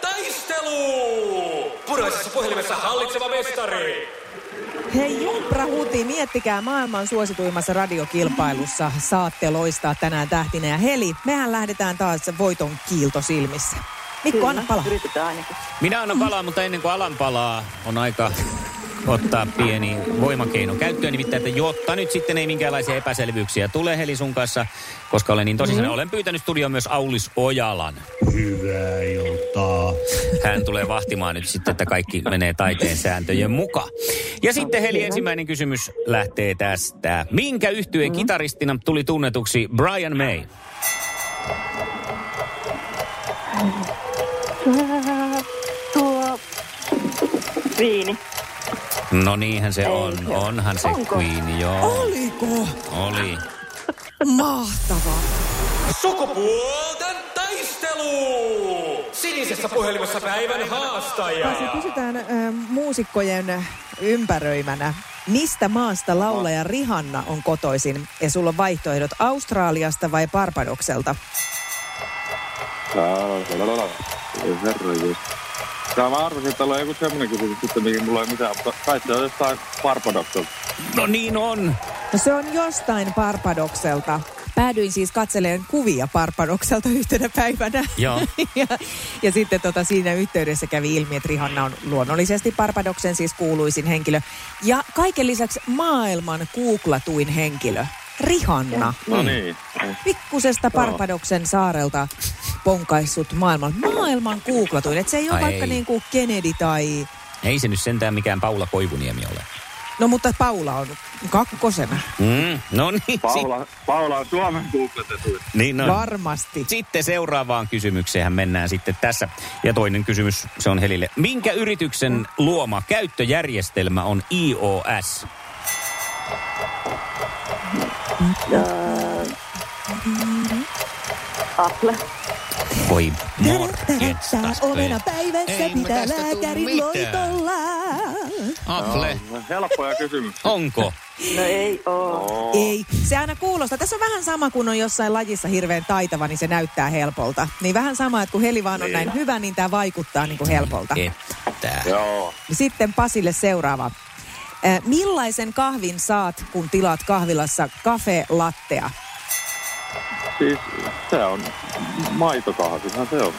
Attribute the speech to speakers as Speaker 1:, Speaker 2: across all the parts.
Speaker 1: taistelu! Puraisessa puhelimessa hallitseva mestari!
Speaker 2: Hei Jumpra Huti, miettikää maailman suosituimmassa radiokilpailussa. Saatte loistaa tänään tähtinä ja Heli, mehän lähdetään taas voiton kiilto silmissä. Mikko, anna palaa.
Speaker 3: Yritetään ainakin.
Speaker 4: Minä annan palaa, mutta ennen kuin alan palaa, on aika ottaa pieni voimakeino käyttöön. Nimittäin, että jotta nyt sitten ei minkäänlaisia epäselvyyksiä tule Heli sun kanssa, koska olen niin tosissaan, mm. olen pyytänyt studioon myös Aulis Ojalan.
Speaker 5: Hyvää iltaa.
Speaker 4: Hän tulee vahtimaan nyt sitten, että kaikki menee taiteen sääntöjen mukaan. Ja sitten Heli, ensimmäinen kysymys lähtee tästä. Minkä yhtyeen kitaristina tuli tunnetuksi Brian May?
Speaker 3: Ää, Tuo viini.
Speaker 4: No niinhän se on.
Speaker 3: Eikö?
Speaker 4: Onhan se
Speaker 3: Onko?
Speaker 4: Queen, joo.
Speaker 2: Oliko?
Speaker 4: Oli.
Speaker 2: Mahtavaa.
Speaker 1: Sukupuolten taistelu! Sinisessä puhelimessa päivän haastaja!
Speaker 2: Tässä pysytään ö, muusikkojen ympäröimänä. Mistä maasta laulaja Rihanna on kotoisin? Ja sulla on vaihtoehdot Australiasta vai Barbadokselta?
Speaker 6: Herra just. Tää mä arvasin, että täällä on joku semmonen kysymys sitten, mihin mulla ei mitään, mutta kai se on jostain Barbadosta.
Speaker 4: No niin on.
Speaker 2: No se on jostain Parpadokselta. Päädyin siis katseleen kuvia Parpadokselta yhtenä päivänä.
Speaker 4: Joo.
Speaker 2: ja, ja sitten tota, siinä yhteydessä kävi ilmi, että Rihanna on luonnollisesti Parpadoksen siis kuuluisin henkilö. Ja kaiken lisäksi maailman googlatuin henkilö. Rihanna.
Speaker 6: No niin.
Speaker 2: Pikkusesta Parpadoksen saarelta ponkaissut maailman. Maailman googlatuin. Et se ei ole
Speaker 4: Ai
Speaker 2: vaikka
Speaker 4: ei.
Speaker 2: niin kuin Kennedy tai...
Speaker 4: Ei se nyt sentään mikään Paula Koivuniemi ole.
Speaker 2: No mutta Paula on kakkosena.
Speaker 4: Mm, no niin. Si-
Speaker 6: Paula, Paula on Suomen googletetuin.
Speaker 4: niin
Speaker 2: No.
Speaker 4: on.
Speaker 2: Varmasti.
Speaker 4: Sitten seuraavaan kysymykseen mennään sitten tässä. Ja toinen kysymys, se on Helille. Minkä yrityksen luoma käyttöjärjestelmä on iOS?
Speaker 3: Apple.
Speaker 4: Voi
Speaker 2: Herättää
Speaker 4: morjesta.
Speaker 2: omena päivässä,
Speaker 4: Ei me
Speaker 2: pitää
Speaker 4: tästä tuu
Speaker 2: lääkärin
Speaker 4: mitään.
Speaker 2: loitolla.
Speaker 4: Apple,
Speaker 6: Helppoja kysymyksiä.
Speaker 4: onko?
Speaker 3: No ei oo.
Speaker 6: Oh.
Speaker 2: Ei, se aina kuulostaa. Tässä on vähän sama, kun on jossain lajissa hirveän taitava, niin se näyttää helpolta. Niin vähän sama, että kun Heli vaan on näin hyvä, niin tämä vaikuttaa niin kuin helpolta.
Speaker 4: Että.
Speaker 6: Joo.
Speaker 2: Sitten Pasille seuraava. Eh, Millaisen kahvin saat, kun tilaat kahvilassa kafe lattea?
Speaker 6: Siis se on maitokahvihan se on.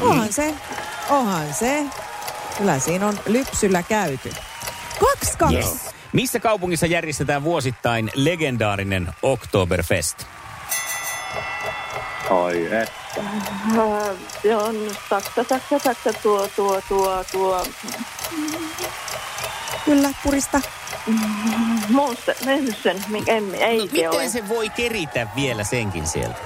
Speaker 2: Onhan se, onhan se. Kyllä siinä on lypsyllä käyty. Kaksi kaksi.
Speaker 4: Yes. Missä kaupungissa järjestetään vuosittain legendaarinen Oktoberfest?
Speaker 6: Ai et.
Speaker 3: Ää, Äh, Se on saksa, saksa, saksa, tuo, tuo, tuo, tuo.
Speaker 2: Kyllä, purista.
Speaker 3: Monster, Mönsen, mikä en, eikö
Speaker 4: no,
Speaker 3: ole.
Speaker 4: miten se voi keritä vielä senkin sieltä?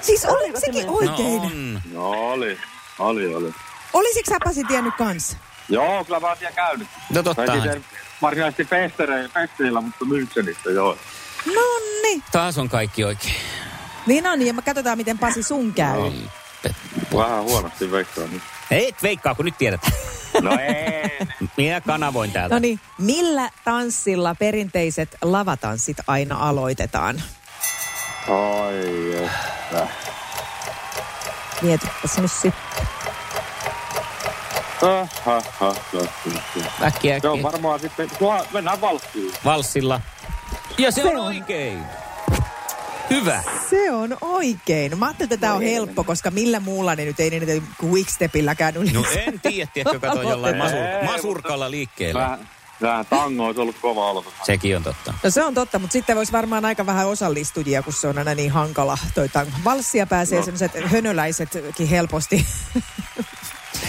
Speaker 2: Siis oliko
Speaker 3: Oliko se
Speaker 2: sekin
Speaker 3: niin?
Speaker 2: oikein?
Speaker 4: No on.
Speaker 6: No oli. Oli, oli.
Speaker 2: Olisiko sä Pasi tiennyt kans?
Speaker 6: Joo, kyllä mä oon siellä käynyt.
Speaker 4: No totta.
Speaker 6: Tai siis en varsinaisesti festere- festeillä, mutta Münchenissä joo.
Speaker 2: Nonni.
Speaker 4: Taas on kaikki oikein.
Speaker 2: Niin on, ja me katsotaan miten Pasi sun käy.
Speaker 6: Vähän huonosti veikkaa nyt.
Speaker 4: Et veikkaa, kun nyt tiedät.
Speaker 6: No ei.
Speaker 4: Minä kanavoin täältä.
Speaker 2: No niin, millä tanssilla perinteiset lavatanssit aina aloitetaan?
Speaker 6: Ai että.
Speaker 2: Mietipäs nyt sitten.
Speaker 6: Ha, ha, ha, ha.
Speaker 4: Äkkiä,
Speaker 6: Se
Speaker 4: äkkiä.
Speaker 6: on varmaan sitten, tuohan mennään valkkiin.
Speaker 4: Valssilla. Ja se, on, oikein. Hyvä.
Speaker 2: Se on oikein. Mä ajattelin, että tämä on helppo, koska millä muulla ne nyt ei niin, ne nyt quickstepilläkään yli.
Speaker 4: No en tiedä, tiedätkö, katsoin jollain masur-
Speaker 6: Ei,
Speaker 4: masurkalla liikkeellä.
Speaker 6: Vähän, vähän tango olisi ollut kova aloitus.
Speaker 4: Sekin on totta.
Speaker 2: No se on totta, mutta sitten voisi varmaan aika vähän osallistujia, kun se on aina niin hankala. Toi tango. Valssia pääsee no. sellaiset hönöläisetkin helposti.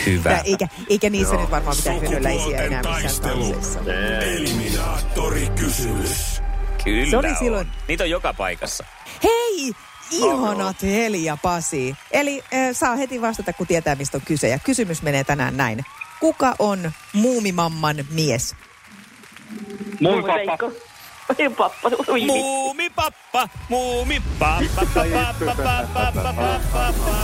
Speaker 4: Hyvä.
Speaker 2: eikä, eikä niissä nyt varmaan mitään hönöläisiä enää missään tansseissa.
Speaker 4: Kyllä
Speaker 2: Se oli
Speaker 4: on.
Speaker 2: silloin.
Speaker 4: Niitä on joka paikassa.
Speaker 2: Hei! Ihanat Heli ja Pasi. Eli äh, saa heti vastata, kun tietää, mistä on kyse. Ja kysymys menee tänään näin. Kuka on muumimamman mies?
Speaker 6: Mui pappa.
Speaker 3: Ei pappa, ui. vitsi.
Speaker 4: Muumipappa, muumipappa, pappa, pappa, pappa, pappa, pappa.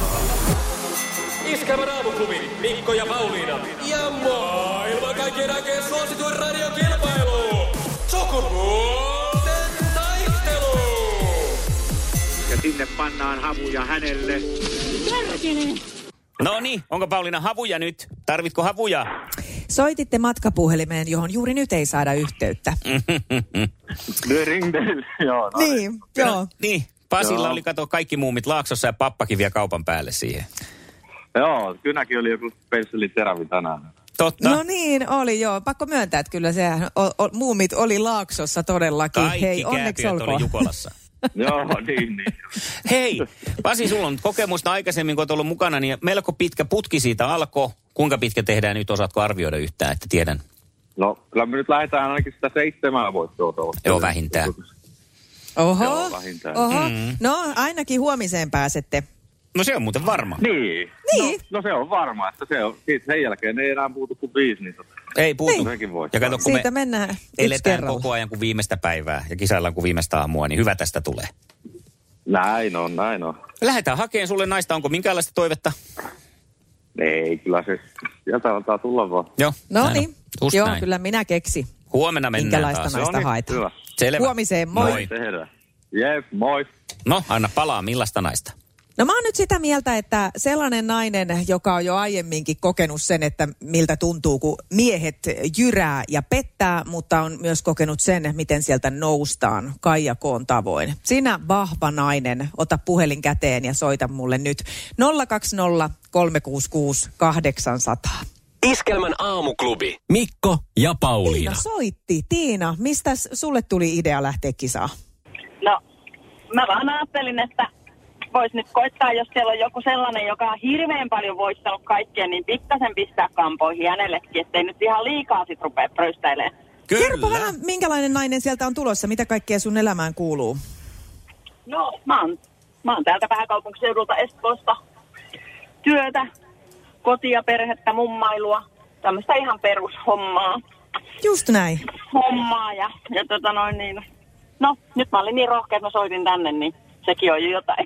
Speaker 1: Iskävän aamuklubi, Mikko ja Pauliina. Ja maailman kaikkien aikeen suosituen radiokilpailu. Sukupuolten taistelu.
Speaker 7: ja sinne pannaan havuja hänelle.
Speaker 4: No niin, onko Pauliina havuja nyt? Tarvitko havuja?
Speaker 2: Soititte matkapuhelimeen, johon juuri nyt ei saada yhteyttä.
Speaker 4: Mm.
Speaker 6: The ring bell. Joo, no niin.
Speaker 2: Niin, joo.
Speaker 4: Niin, Pasilla
Speaker 6: Joo.
Speaker 4: oli kato kaikki muumit laaksossa ja pappakin vielä kaupan päälle siihen.
Speaker 6: Joo, kynäkin oli joku pensseliterävi tänään.
Speaker 4: Totta.
Speaker 2: No niin, oli joo. Pakko myöntää, että kyllä sehän o, o, muumit oli Laaksossa todellakin.
Speaker 4: Kaikki
Speaker 2: Hei, onneksi
Speaker 4: kääpiöt oli
Speaker 2: olkoon.
Speaker 4: Jukolassa.
Speaker 6: Joo, niin, niin.
Speaker 4: Hei, Pasi, sulla on nyt kokemusta aikaisemmin, kun olet ollut mukana, niin melko pitkä putki siitä alkoi. Kuinka pitkä tehdään nyt, osaatko arvioida yhtään, että tiedän?
Speaker 6: No, kyllä me nyt lähdetään ainakin sitä seitsemää voittoa tuolla.
Speaker 4: Joo, vähintään.
Speaker 2: Oho,
Speaker 6: Joo, vähintään.
Speaker 2: oho.
Speaker 4: Mm.
Speaker 2: No ainakin huomiseen pääsette.
Speaker 4: No se on muuten varma.
Speaker 6: Niin.
Speaker 2: Niin.
Speaker 6: No, no, se on varma, että se on, siitä sen jälkeen ei enää puutu kuin viisi, niin tota,
Speaker 4: Ei puutu.
Speaker 6: Niin. Sekin voi.
Speaker 4: Ja kato, No, kun
Speaker 2: Siitä
Speaker 4: me
Speaker 2: mennään yksi
Speaker 4: eletään
Speaker 2: kerralla.
Speaker 4: koko ajan kuin viimeistä päivää ja kisaillaan kuin viimeistä aamua, niin hyvä tästä tulee.
Speaker 6: näin on, näin on.
Speaker 4: Lähdetään hakemaan sulle naista, onko minkäänlaista toivetta?
Speaker 6: Ei, kyllä se sieltä antaa tulla vaan.
Speaker 4: Joo.
Speaker 2: No
Speaker 4: näin on.
Speaker 2: niin,
Speaker 4: Just
Speaker 2: joo,
Speaker 4: näin.
Speaker 2: kyllä minä keksi.
Speaker 4: Huomenna mennään
Speaker 2: Minkälaista
Speaker 4: taas.
Speaker 2: naista
Speaker 6: No niin,
Speaker 2: haetaan.
Speaker 6: hyvä.
Speaker 4: Selvä.
Speaker 2: Huomiseen, moi.
Speaker 4: moi.
Speaker 6: Tehdään. Jep, moi.
Speaker 4: No, anna palaa, millaista naista?
Speaker 2: No mä oon nyt sitä mieltä, että sellainen nainen, joka on jo aiemminkin kokenut sen, että miltä tuntuu, kun miehet jyrää ja pettää, mutta on myös kokenut sen, miten sieltä noustaan Kaijakoon tavoin. Sinä vahva nainen, ota puhelin käteen ja soita mulle nyt 020 366 800.
Speaker 1: Iskelmän aamuklubi.
Speaker 8: Mikko ja Pauliina.
Speaker 2: Tiina soitti. Tiina, mistä sulle tuli idea lähteä kisaan?
Speaker 3: No, mä vaan ajattelin, että vois nyt koittaa, jos siellä on joku sellainen, joka on hirveän paljon voittanut kaikkea, niin pikkasen pistää kampoihin hänellekin, ettei nyt ihan liikaa sit rupea pröystäilemään.
Speaker 2: Kerro vähän, minkälainen nainen sieltä on tulossa, mitä kaikkea sun elämään kuuluu?
Speaker 3: No, mä oon, mä oon täältä pääkaupunkiseudulta Espoosta työtä, kotia, perhettä, mummailua, tämmöistä ihan perushommaa.
Speaker 2: Just näin.
Speaker 3: hommaa ja, ja tota noin niin. No, nyt mä olin niin rohkea, että mä soitin tänne, niin sekin on jo jotain.